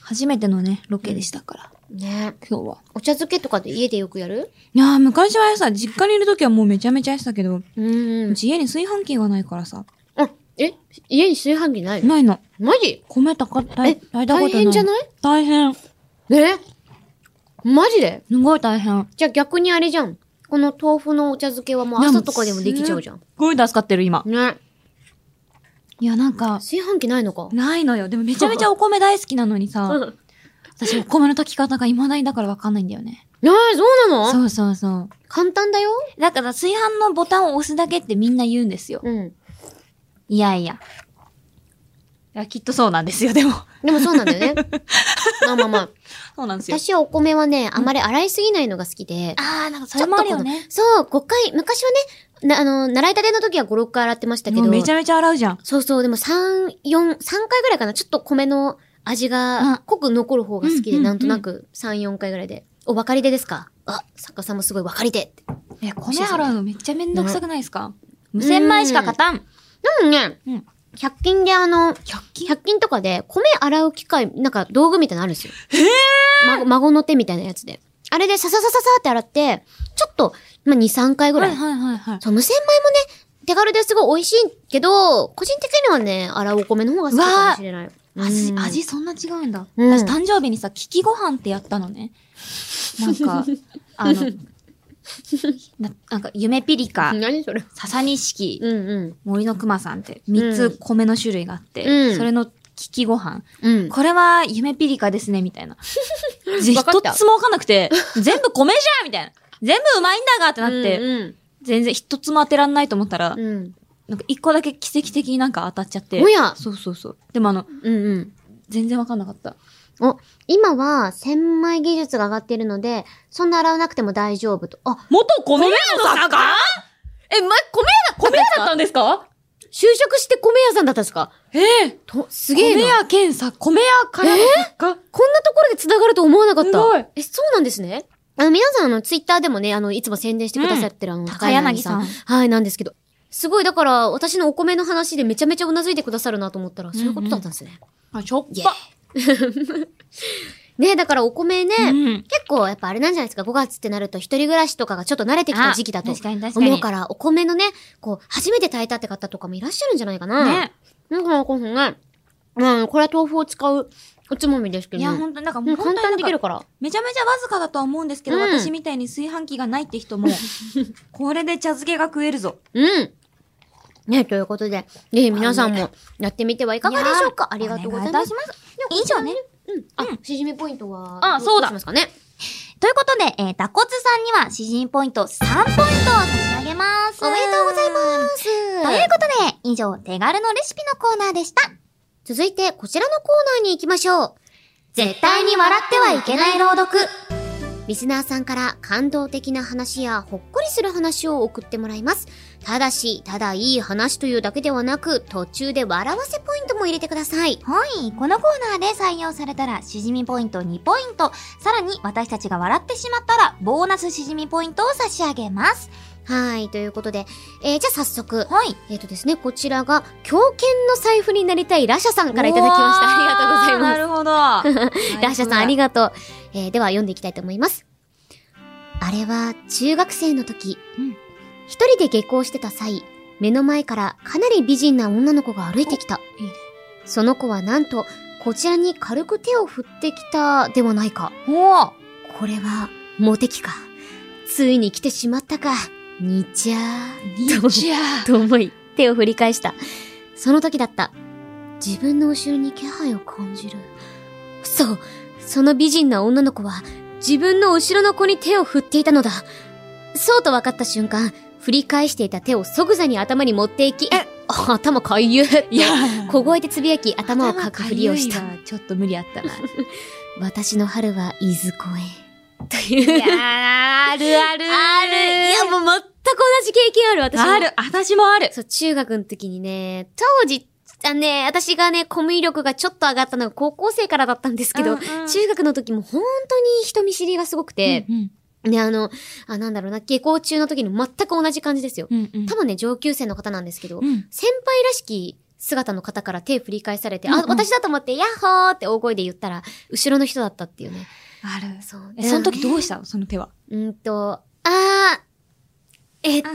Speaker 3: 初めてのね、ロケでしたから、
Speaker 1: ね
Speaker 3: 今日は。
Speaker 1: お茶漬けとかで家でよくやる
Speaker 3: いやー、昔はさ、実家にいる時はもうめちゃめちゃやってたけど、
Speaker 1: うん
Speaker 3: うち家に炊飯器がないからさ、
Speaker 1: あ、え家に炊飯器ないの
Speaker 3: ないの。
Speaker 1: マジ
Speaker 3: 米炊か、炊
Speaker 1: え
Speaker 3: い炊いたことない。
Speaker 1: 大変じゃない
Speaker 3: 大変。す
Speaker 1: えマジで
Speaker 3: ごい大変。
Speaker 1: じゃあ逆にあれじゃん。この豆腐のお茶漬けはもう朝とかでもできちゃうじゃん
Speaker 3: す。っごい助かってる、今。
Speaker 1: ね。
Speaker 3: いや、なんか、
Speaker 1: 炊飯器ないのか。
Speaker 3: ないのよ。でもめちゃめちゃお米大好きなのにさ、
Speaker 1: ん。
Speaker 3: 私お米の炊き方が未だにだからわかんないんだよね。
Speaker 1: ねえ、そうなの
Speaker 3: そうそうそう。
Speaker 1: 簡単だよ。
Speaker 3: だから炊飯のボタンを押すだけってみんな言うんですよ。
Speaker 1: うん。
Speaker 3: いやいや。いや、きっとそうなんですよ、でも。
Speaker 1: でもそうなんだよね。まあまあまあ。
Speaker 3: そうなんですよ。
Speaker 1: 私はお米はね、あまり洗いすぎないのが好きで。
Speaker 3: ああ、なんかそ
Speaker 1: ちょっ
Speaker 3: れ
Speaker 1: と
Speaker 3: もある
Speaker 1: こ
Speaker 3: よ
Speaker 1: の
Speaker 3: ね。
Speaker 1: そう、5回、昔はね、なあの、習いたての時は5、6回洗ってましたけ
Speaker 3: も
Speaker 1: ど
Speaker 3: う。めちゃめちゃ洗うじゃん。
Speaker 1: そうそう、でも3、4、3回ぐらいかな、ちょっと米の味
Speaker 3: うん
Speaker 1: が濃く残る方が好きで、
Speaker 3: うんうんうん
Speaker 1: なんとなく3、4回ぐらいで。お、分かり手ですかあ、作家さんもすごい分かり手って。
Speaker 3: え、米洗うのめっちゃめんどくさくないですか無洗米しか勝たん。
Speaker 1: うんね、
Speaker 3: うん
Speaker 1: 100均であの、
Speaker 3: 100均
Speaker 1: 100均とかで米洗う機械、なんか道具みたいなのあるんですよ。ま孫の手みたいなやつで。あれでサササササって洗って、ちょっと、まあ、2、3回ぐ
Speaker 3: は
Speaker 1: ら
Speaker 3: い
Speaker 1: い。
Speaker 3: はいはいはい。
Speaker 1: そう、無洗米もね、手軽ですごい美味しいけど、個人的にはね、洗うお米の方が好きかもしれない。
Speaker 3: 味
Speaker 1: う、ん
Speaker 3: 味そんな違うんだ。
Speaker 1: うん
Speaker 3: 私誕生日にさ、キキご飯ってやったのね。なんか、あ の、ななんか、夢ピリカ、
Speaker 1: 何それ
Speaker 3: 笹錦、
Speaker 1: うんうん。
Speaker 3: 森の熊さんって3
Speaker 1: う
Speaker 3: つ
Speaker 1: ん
Speaker 3: 米の種類があって、
Speaker 1: うん
Speaker 3: それのキキご飯。
Speaker 1: うん。
Speaker 3: これは夢ピリカですね、み たいな。ぜ一
Speaker 1: わかった
Speaker 3: つもわかんなくて、全部米じゃんみたいな。全部うまいんだがってなって、
Speaker 1: うん
Speaker 3: 全然一つも当てらんないと思ったら、
Speaker 1: うん。うん。
Speaker 3: なんか一個だけ奇跡的になんか当たっちゃって。
Speaker 1: おや
Speaker 3: そうそうそう。でもあの、
Speaker 1: うんうん。
Speaker 3: 全然わかんなかった。
Speaker 1: お、今は、千枚技術が上がってるので、そんな洗わなくても大丈夫と。あ、
Speaker 3: 元米屋の作家
Speaker 1: え、ま、米屋だ
Speaker 3: 米屋だったんですか
Speaker 1: 就職して米屋さんだったんですか
Speaker 3: ええ
Speaker 1: と、すげえ
Speaker 3: 米
Speaker 1: な。
Speaker 3: 屋兼さ、米屋からの作
Speaker 1: こんなところで繋がると思わなかった。
Speaker 3: すごい
Speaker 1: え、そうなんですね。あの、皆さん、あの、ツイッターでもね、あの、いつも宣伝してくださってる、あの、
Speaker 3: 高柳さん
Speaker 1: はい、なんですけど。すごい、だから、私のお米の話でめちゃめちゃうなずいてくださるなと思ったら、そういうことだったんですね。
Speaker 3: 家。あ、しょっ
Speaker 1: イエ
Speaker 3: ぱ。
Speaker 1: ねだからお米ね、
Speaker 3: うん
Speaker 1: 結構やっぱあれなんじゃないですか、5月ってなると一人暮らしとかがちょっと慣れてきた時期だと
Speaker 3: あ確かに確かに
Speaker 1: 思うから、お米のね、こう、初めて炊いたって方とかもいらっしゃるんじゃないかな。
Speaker 3: ね。
Speaker 1: なんかこのね、うん、これは豆腐を使うおつまみですけど
Speaker 3: い
Speaker 1: ね、
Speaker 3: や、ほんと、なんか
Speaker 1: う
Speaker 3: も
Speaker 1: ん
Speaker 3: う
Speaker 1: 簡
Speaker 3: 本当に
Speaker 1: 単にでき
Speaker 3: なん
Speaker 1: る
Speaker 3: か
Speaker 1: から。
Speaker 3: めちゃめちゃわずかだとは思うんですけど、
Speaker 1: うん
Speaker 3: 私みたいに炊飯器がないっ て人も、これで茶漬けが食えるぞ。
Speaker 1: うん。ね、ということで、ぜひ皆さんもやってみてはいかがでしょうか。
Speaker 3: いやー
Speaker 1: ありがとうございます。
Speaker 3: お願いいたし
Speaker 1: では
Speaker 3: 以上ね。
Speaker 1: うん。あ、しじみポイントは、
Speaker 3: あそう
Speaker 1: ど
Speaker 3: だ
Speaker 1: しますかね。
Speaker 6: ということで、えー、ダコツさんには、詩人ポイント3ポイントを差し上げます。
Speaker 1: おめでとうございま
Speaker 6: とい
Speaker 1: す
Speaker 6: う。ことで、以上、手軽のレシピのコーナーでした。
Speaker 1: 続いて、こちらのコーナーに行きましょう。
Speaker 6: 絶対に笑ってはいけない朗読。
Speaker 1: リスナーさんから感動的な話やほっこりする話を送ってもらいます。ただし、ただいい話というだけではなく、途中で笑わせポイントも入れてください。
Speaker 2: はい。このコーナーで採用されたら、しじみポイント2ポイント。さらに、私たちが笑ってしまったら、ボーナスしじみポイントを差し上げます。
Speaker 1: はい、ということで、えー、じゃあ早速、
Speaker 2: はい。
Speaker 1: えっ、とですね、こちらが、狂犬の財布になりたいラシャさんからいただきました。ありがとうございます。
Speaker 3: なるほど
Speaker 1: ラッシャさんありがとう。えーでは読んでいきたいと思います。あれは中学生の時、
Speaker 2: うん
Speaker 1: 一人で下校してた際、目の前からかなり美人な女の子が歩いてきた。
Speaker 3: いいね
Speaker 1: その子はなんと、こちらに軽く手を振ってきたではないか。
Speaker 2: おー。
Speaker 1: これは、モテ期か。ついに来てしまったか。にちゃー。と
Speaker 3: じゃ
Speaker 1: と思い、手を振り返した。その時だった。自分の後ろに気配を感じる。そう、その美人な女の子は、自分の後ろの子に手を振っていたのだ。そうと分かった瞬間、振り返していた手を即座に頭に持っていき、え頭かゆい。
Speaker 3: あ、いや
Speaker 1: 小声でつぶやき、頭をかくふりをした。
Speaker 3: 頭かゆいわちょっと無理あった な。
Speaker 1: 私の春は伊豆子 へ。という。
Speaker 3: あるある
Speaker 1: ある。いや、もう全く同じ経験ある、私も。
Speaker 3: ある。私もある。
Speaker 1: そう、中学の時にね、当時、あね、私がね、コミュ力がちょっと上がったのが高校生からだったんですけど、
Speaker 3: うんうん
Speaker 1: 中学の時も本当に人見知りがすごくて、
Speaker 3: うん
Speaker 1: ね、あの、あ、なんだろうな、下校中の時に全く同じ感じですよ。
Speaker 3: うんうん
Speaker 1: 多分ね、上級生の方なんですけど、
Speaker 3: うん
Speaker 1: 先輩らしき姿の方から手振り返されて、
Speaker 3: うんう
Speaker 1: あ、
Speaker 3: ん
Speaker 1: 私だと思って、ヤッホーって大声で言ったら、後ろの人だったっていうね。
Speaker 3: ある。
Speaker 1: そう。
Speaker 3: え、その時どうしたのその手は。
Speaker 1: うんと、あー、えっと、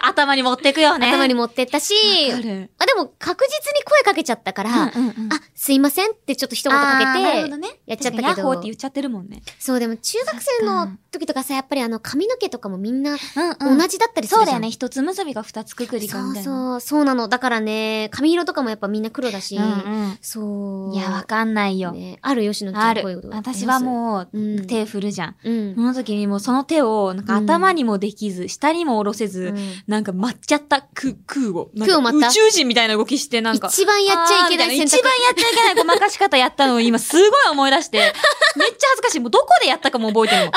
Speaker 2: 頭に持ってくよね。
Speaker 1: 頭に持ってったし、
Speaker 3: ある。
Speaker 1: あ、でも確実に声かけちゃったから、
Speaker 3: うんうんうん
Speaker 1: あ、すいませんってちょっと一言
Speaker 2: あ
Speaker 1: か
Speaker 2: ーなる
Speaker 1: け
Speaker 2: ほど
Speaker 1: て、
Speaker 2: ね。
Speaker 1: やっちゃった
Speaker 3: ヤ
Speaker 1: け
Speaker 3: ッホーって
Speaker 1: ど
Speaker 3: 言、っちゃってるもんね。
Speaker 1: そうでも中学生の時とかさ、やっぱりあの髪の毛とかもみんな
Speaker 2: うん
Speaker 1: 同
Speaker 2: うん。
Speaker 1: じだったりす
Speaker 2: そう
Speaker 1: るじ
Speaker 2: だ
Speaker 1: ゃ
Speaker 2: よ
Speaker 1: ん。
Speaker 2: ね。一つ結びが二つくくりかみたいな。う
Speaker 1: そうそう、そうなの。だからね、髪色とかもやっぱみんな黒だし、
Speaker 2: ん
Speaker 1: そ
Speaker 2: うん。
Speaker 1: う。
Speaker 2: いや、わかんないよ。
Speaker 1: ね、あるよしのちゃ
Speaker 2: あ
Speaker 1: んこういう
Speaker 2: る
Speaker 1: こと。。
Speaker 2: 私は
Speaker 1: う、
Speaker 2: も
Speaker 1: う
Speaker 2: う、
Speaker 1: ん
Speaker 2: 手振るじゃん。
Speaker 1: うん
Speaker 2: そ。の時にもうその手を、なんか頭にもできず、下にも下ろせ
Speaker 1: う
Speaker 2: ず、
Speaker 1: ん
Speaker 3: なんか待っちゃった。く、空を。なんか
Speaker 1: 空を待った
Speaker 3: 宇宙人みたいな動きして、なんか。
Speaker 1: 一番やっちゃいけない選
Speaker 3: あー
Speaker 1: 択
Speaker 3: みた。いな一番やっちゃいけないごまかし方やったのを今すごい思い 出して、めっちゃ恥ずかしい。もうどこでやったかも覚えてるの。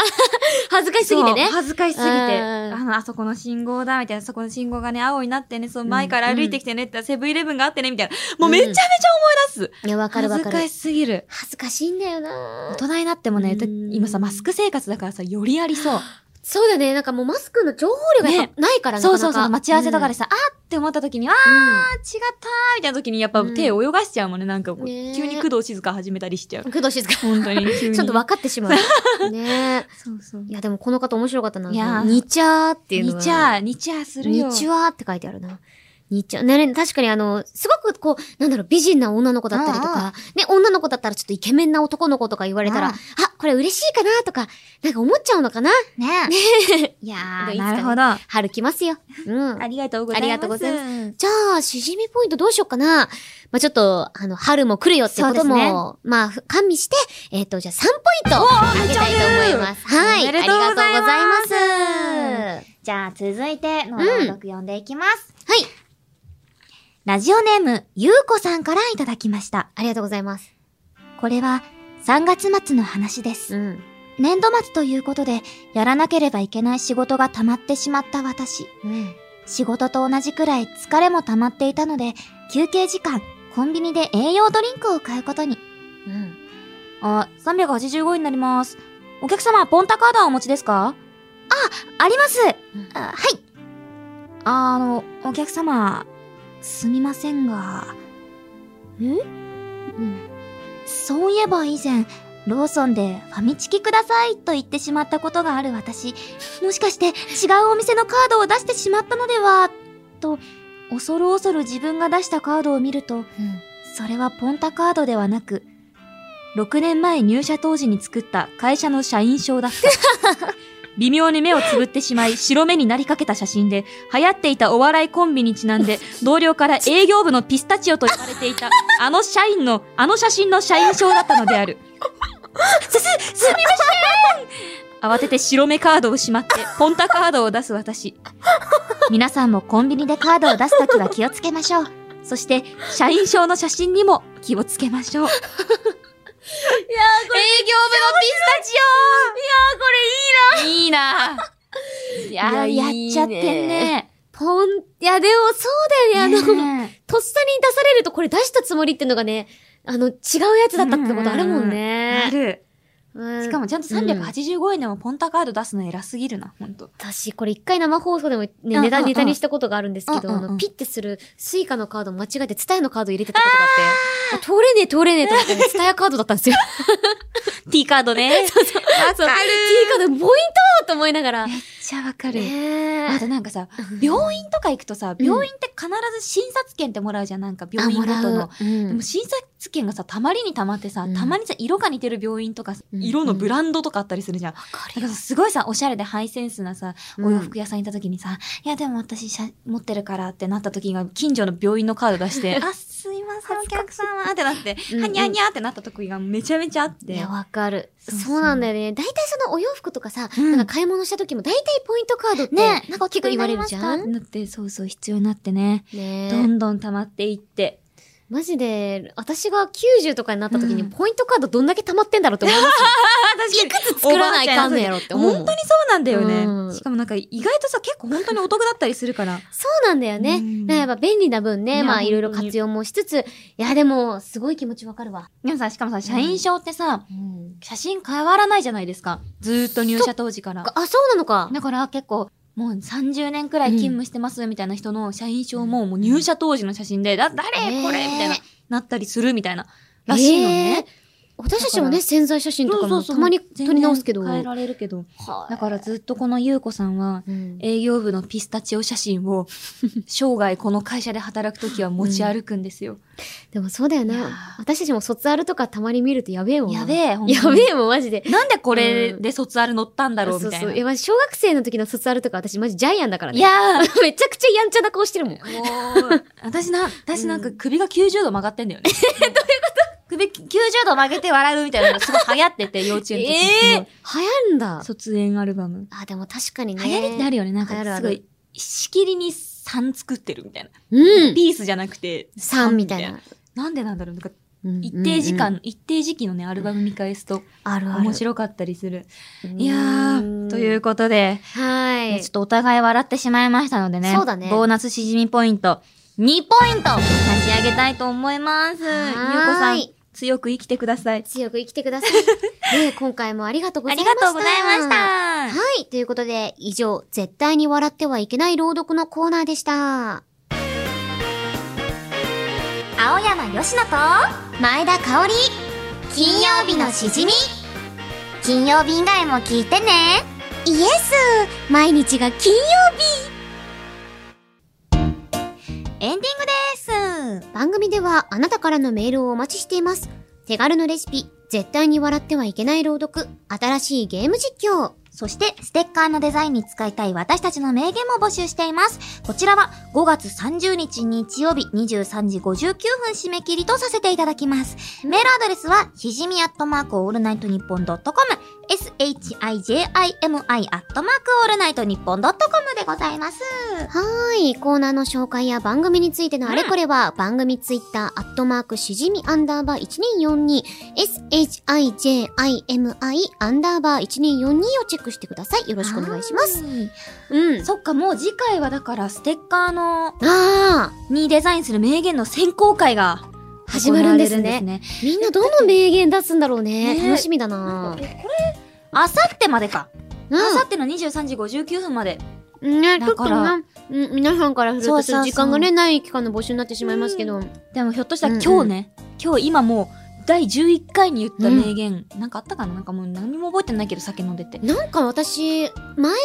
Speaker 1: 恥ずかしすぎてね
Speaker 3: そう。恥ずかしすぎて。
Speaker 1: うん
Speaker 3: あの、あそこの信号だ、みたいな。そこの信号がね、青になってね、その前から歩いてきてね、ってセブンイレブンがあってね、みたいな。もうめちゃめちゃ思い出す。
Speaker 1: いや、わかるわ
Speaker 3: 恥
Speaker 1: か
Speaker 3: ず
Speaker 1: る
Speaker 3: か。しすぎる。
Speaker 1: 恥ずかしいんだよな
Speaker 3: 大人になってもね、だ
Speaker 1: うん
Speaker 3: 今さ、マスク生活だからさ、よりありそう。
Speaker 1: そうだね。なんかもうマスクの情報量がやっぱないからなか
Speaker 3: そ
Speaker 1: な
Speaker 3: う
Speaker 1: か
Speaker 3: そうそう。待ち合わせとかで
Speaker 1: す。
Speaker 3: さ、あーって思った時に、あー、
Speaker 1: うん
Speaker 3: 違ったーみたいな時に、やっぱ手を泳がしちゃうもんね。なんかこう、
Speaker 1: ね
Speaker 3: 急に工藤静香始めたりしちゃう。
Speaker 1: 工藤静香。
Speaker 3: 本当に、急 に。
Speaker 1: ちょっと分かってしま う。ね
Speaker 3: そうそう
Speaker 1: え。。いや、でもこの方面白かったな。
Speaker 3: いやー
Speaker 1: にちゃーっていうのが。
Speaker 3: にちゃー、にちゃーするよ。
Speaker 1: にちわーって書いてあるな。にちゃー。ね、ね確かにあの、すごくこう、なんだろう、美人な女の子だったりと
Speaker 2: うんう
Speaker 1: か、ね、女の子だったらちょっとイケメンな男の子とか言われたら、
Speaker 2: うん
Speaker 1: あ、これ嬉しいかなとか、なんか思っちゃうのかな
Speaker 2: ねいや
Speaker 1: で
Speaker 2: ー、
Speaker 1: いつか
Speaker 2: な
Speaker 1: ね
Speaker 2: るほど。あ
Speaker 1: 春来ますよ。うん。
Speaker 3: りがとうご。
Speaker 1: ありがとうございますじゃあ、しじみポイントどうしようかな。まあ、ちょっと、あの、春も来るよってこと
Speaker 2: そうですね
Speaker 1: も、まあ、加味して、えっ、と、じゃあ3ポイントあげたいと思います。はい。
Speaker 3: おめでとうございます
Speaker 1: ありがとうございます。
Speaker 2: じゃあ、続いての朗読読んでいきます。
Speaker 1: はい。
Speaker 2: ラジオネーム、ゆうこさんからいただきました。
Speaker 1: ありがとうございます。
Speaker 2: これは、3月末の話です。
Speaker 1: うん。
Speaker 2: 年度末ということで、やらなければいけない仕事が溜まってしまった私。
Speaker 1: うん。
Speaker 2: 仕事と同じくらい疲れも溜まっていたので、休憩時間、コンビニで栄養ドリンクを買うことに。
Speaker 1: うん。
Speaker 2: あ、385円になります。お客様、ポンタカードはお持ちですかあ、あります。
Speaker 1: ん
Speaker 2: あはい。あの、お客様、すみませんが。えうん。そういえば以前、ローソンでファミチキくださいと言ってしまったことがある私、もしかして違うお店のカードを出してしまったのでは、と、恐る恐る自分が出したカードを見ると、それはポンタカードではなく、
Speaker 3: 6年前入社当時に作った会社の社員証だった。 微妙に目をつぶってしまい、白目になりかけた写真で、流行っていたお笑いコンビにちなんで、同僚から営業部のピスタチオと言われていた、あの社員の、あの写真の社員証だったのである。す、す、すみません慌てて白目カードをしまって、ポンタカードを出す私。
Speaker 2: 皆さんもコンビニでカードを出すときは気をつけましょう。
Speaker 3: そして、 社員証の写真にも気をつけましょう。
Speaker 1: 営業部の
Speaker 7: タチ
Speaker 3: いいいな。いや、
Speaker 7: いや
Speaker 3: やっちゃってんね。
Speaker 1: ポン、いや、でもそうだよね。あの、
Speaker 3: ね
Speaker 1: とっさに出されるとこれ出したつもりってのがね、あの、違うやつだったってことあるもん
Speaker 3: あ
Speaker 1: ね。
Speaker 3: る。
Speaker 1: うん
Speaker 3: しかもちゃんと385円でもポンタカード出すの偉すぎるな、ほんと。
Speaker 1: 私、これ一回生放送でもね、ネタ、ネタにしたことがあるんですけど、あの、ピッてするスイカのカード間違えて、ツタヤのカード入れてたことがあって、あ通れねえ通れねえと思ってね、ツタヤカードだったんですよ。
Speaker 3: T カード ね。
Speaker 1: あ、そう。T カード、ポイントと思いながら。ね
Speaker 3: めっちゃわかる。
Speaker 1: え
Speaker 3: あとなんかさ、病院とか行くとさ、病院って必ず診察券ってもらうじゃん、なんか病院ごとの。。でも診察券がさ、たまりにたまってさ、
Speaker 1: うん
Speaker 3: たまにさ、色が似てる病院とかさ、
Speaker 1: うん
Speaker 3: 色のブランドとかあったりするじゃん。だ
Speaker 1: か
Speaker 3: からすごいさ、おしゃれでハイセンスなさ、
Speaker 1: うん
Speaker 3: お洋服屋さん行った時にさ、いやでも私しゃ持ってるからってなった時が、近所の病院のカード 出して、あ、すいません、お客様ってなって、
Speaker 1: うん
Speaker 3: はにゃにゃってなった時がめちゃめちゃあっ
Speaker 1: い
Speaker 3: て
Speaker 1: や、。わかる。
Speaker 3: そうそう
Speaker 1: そうなんだよね。大体そのお洋服とかさ、
Speaker 3: うん
Speaker 1: なんか買い物した時も大体ポイントカードって、
Speaker 3: ね
Speaker 1: なんか結構言われるじゃん
Speaker 3: だって、そうそう、必要になってね。
Speaker 1: ね
Speaker 3: どんどん溜まっていって。
Speaker 1: マジで、私が90とかになった時にポイントカードどんだけ溜まってんだろうって思います
Speaker 3: あ、確かに。いくつ
Speaker 1: 作らないかんのやろって思うもん
Speaker 3: 本当にそうなんだよね。
Speaker 1: うん
Speaker 3: しかもなんか意外とさ、結構本当にお得だったりするから。
Speaker 1: そうなんだよね。
Speaker 3: うん
Speaker 1: だからやっぱ便利な分ね、
Speaker 3: ね
Speaker 1: まあ
Speaker 3: 本当に
Speaker 1: いろいろ活用もしつつ、いやでも、すごい気持ちわかるわ。
Speaker 3: でもさ、しかもさ、社員証ってさ、
Speaker 1: うん
Speaker 3: 写真変わらないじゃないですか。ずーっと入社当時から。
Speaker 1: あ、そうなのか。
Speaker 3: だから結構、もう30年くらい勤務してますみたいな人の社員証ももう入社当時の写真で、だ、
Speaker 1: ね
Speaker 3: 誰
Speaker 1: え
Speaker 3: これみたいな、なったりするみたいな、らしいのね。
Speaker 1: えー。私たちもね、潜在写真とかもたまに撮り直すけど。
Speaker 3: 全然変えられるけど。だからずっとこの優子さんは、
Speaker 1: うん
Speaker 3: 営業部のピスタチオ写真 を生涯この会社で働くときは持ち歩くんですよ。
Speaker 1: でもそうだよ
Speaker 3: いやー
Speaker 1: な。私たちも卒アルとかたまに見るとやべえもんな。
Speaker 3: やべえ、ほんとに
Speaker 1: やべえもん、マジで。
Speaker 3: なんでこれで卒アル乗ったんだろう
Speaker 1: そ
Speaker 3: み
Speaker 1: う
Speaker 3: たい
Speaker 1: そ
Speaker 3: な。
Speaker 1: う。いや、まあ小学生の時の卒アルとか私マジジャイアンだからね。
Speaker 3: いや
Speaker 1: めちゃくちゃやんちゃな顔してるもん。
Speaker 3: ー、もう、私な、私なんか首が90度曲がってんだよね。どういうこと首90度曲げて笑うみたいなのがすごい流行ってて、幼稚園の時
Speaker 1: ええ
Speaker 3: に。
Speaker 1: 流行るんだ。
Speaker 3: 卒園アルバム。
Speaker 1: あ、でも確かにね。
Speaker 3: 流行りってあるよね。なん
Speaker 1: 流行る
Speaker 3: か
Speaker 1: あ
Speaker 3: す
Speaker 1: る
Speaker 3: ごい、しきりに3作ってるみたいな。
Speaker 1: うん。
Speaker 3: ピースじゃなくて、
Speaker 1: 3みたいな。
Speaker 3: なんでなんだろうなんか
Speaker 1: うん
Speaker 3: 一定時間、
Speaker 1: うんうん
Speaker 3: 一定時期のね、アルバム見返すと
Speaker 1: あるある。
Speaker 3: 面白かったりする。
Speaker 1: い
Speaker 3: いやー、という。ことで、
Speaker 1: は
Speaker 3: ね
Speaker 1: い
Speaker 3: ちょっ。とお互い笑ってしまいましたのでね。
Speaker 1: そうだね
Speaker 3: ボーナスしじみポイント、2ポイント差し上げたいと思います。ゆうこ
Speaker 1: ーい
Speaker 3: さん、強く生きてください。
Speaker 1: 強く生きてください。 ねえ今回もありがとうご
Speaker 3: あ
Speaker 1: ざい
Speaker 3: り
Speaker 1: ました。
Speaker 3: がとうございました。
Speaker 1: はい。ということで、以上、絶対に笑ってはいけない朗読のコーナーでした。
Speaker 2: 青山よしのと前田香織金曜日のしじみ金曜日以外も聞いてね
Speaker 1: イエス毎日が金曜
Speaker 2: エンディングです
Speaker 1: 番組ではあなたからのメールをお待ちしています。手軽のレシピ、絶対に笑ってはいけない朗読、新しいゲーム実況。
Speaker 2: そして、ステッカーのデザインに使いたい私たちの名言も募集しています。こちらは5月30日日曜日23時59分締め切りとさせていただきます。メールアドレスは、しじみアットマークオールナイトニッポンドットコム、shijimi アットマークオールナイトニッポンドットコムでございます。
Speaker 1: はーい。コーナーの紹介や番組についてのあれこれは、番組ツイッター、アットマーク、しじみアンダーバー1242、shijimi アンダーバー1242をチェックしてください。よろしくお願いします。うん。
Speaker 3: そっか、もう次回はだから、ステッカーの、
Speaker 1: あー、
Speaker 3: にデザインする名言の選考会が、
Speaker 1: 始まるんですね
Speaker 3: 行われるんですね。
Speaker 1: みんなどの名言出すんだろうね。
Speaker 3: ね
Speaker 1: 楽しみだな
Speaker 3: あさってまでか。
Speaker 1: うん
Speaker 3: あさっての23時59分まで。
Speaker 1: ね、ちょっ
Speaker 3: だ
Speaker 1: と
Speaker 3: から
Speaker 1: な、うん皆さんからする
Speaker 3: そ
Speaker 1: と
Speaker 3: う
Speaker 1: ち
Speaker 3: そ
Speaker 1: ょっ
Speaker 3: うそ
Speaker 1: と
Speaker 3: う
Speaker 1: 時間がね、ない期間の募集になってしまいますけど、
Speaker 3: でもひょっとした
Speaker 1: うんう
Speaker 3: ら
Speaker 1: ん
Speaker 3: 今日ね、今日今もう第11回に言った名言、なんかあったかななんかもう何も覚えてないけど酒飲んでて。
Speaker 1: なんか私、前の前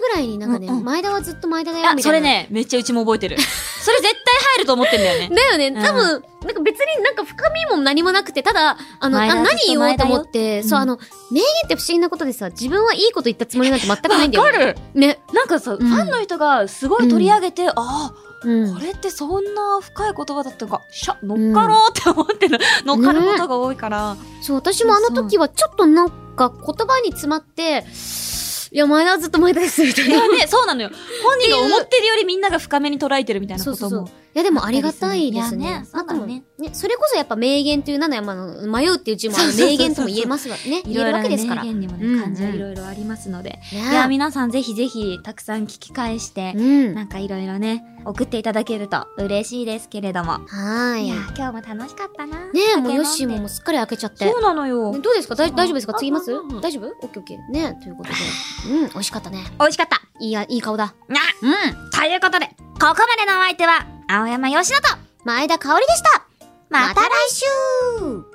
Speaker 1: ぐらいになんかね、
Speaker 3: うんうん
Speaker 1: 前田はずっと前田だよみたい
Speaker 3: あ、
Speaker 1: な。
Speaker 3: それね、めっちゃうちも覚え てる。それ絶対入ると思ってんだよね。
Speaker 1: だよね、
Speaker 3: ん
Speaker 1: 多分、なんか別になんか深みも何もなくて、ただ、あの、あ
Speaker 3: 前田
Speaker 1: 何言おうと思って、
Speaker 3: ずっ
Speaker 1: そう、
Speaker 3: と前田ようん
Speaker 1: あの、名言って不思議なことでさ、自分はいいこと言ったつもりなんて全くないんだよ、ね。
Speaker 3: る
Speaker 1: ね。
Speaker 3: なんかさ、
Speaker 1: ん
Speaker 3: ファンの人がすごい取り上げて、ああ、
Speaker 1: うん。
Speaker 3: これってそんな深い言葉だったのか、しゃ、乗っかろうって思ってる、乗っかることが多いから。
Speaker 1: そう、私もあの時はちょっとなんか言葉に詰まって、いや、前田はずっと前田です、みたい
Speaker 3: い
Speaker 1: な。
Speaker 3: やね、そうなのよ。本人が思ってるよりみんなが深めに捉えてるみたいなことも。
Speaker 1: そうそうや、でもありがたいです
Speaker 2: いや
Speaker 1: ね
Speaker 2: ね。
Speaker 1: あと
Speaker 2: そうだ
Speaker 1: も、
Speaker 2: ね
Speaker 1: ね、それこそやっぱ名言という、なんだよ、まああの、迷うっていう字もあの名言とも言えますが、ね、
Speaker 3: い
Speaker 1: 言える
Speaker 3: ろいろ
Speaker 1: わ
Speaker 3: ね
Speaker 1: けですから。
Speaker 3: 名言にも
Speaker 1: うんう
Speaker 3: ね、
Speaker 1: ん
Speaker 3: 感じはいろいろありますので。いや、
Speaker 1: ね
Speaker 3: 皆さんぜひぜひ、たくさん聞き返し
Speaker 1: え。、
Speaker 3: て
Speaker 1: うん。
Speaker 3: なんかいろいろね、送っていただけると嬉しいですけれども。
Speaker 1: はいい
Speaker 3: や。、今日も楽しかったな。
Speaker 1: ねえ、も
Speaker 3: 酒飲ん
Speaker 1: う
Speaker 3: で
Speaker 1: ヨッシーももうすっかり開けちゃって。
Speaker 3: そうなのよ
Speaker 1: ね。どうですか大大丈夫ですか
Speaker 3: あ
Speaker 1: 次います
Speaker 3: うんうんうん
Speaker 1: 大丈夫オッケーオッケー。ねという ことで。うん、美味しかったね。
Speaker 3: 美味しかった。
Speaker 1: いいや、いい顔だ。
Speaker 3: な
Speaker 1: うん。
Speaker 3: ということで、ここまでのお相手は、青山よしのと、
Speaker 1: 前田香織でした
Speaker 3: ま
Speaker 1: ま
Speaker 3: た
Speaker 1: た来週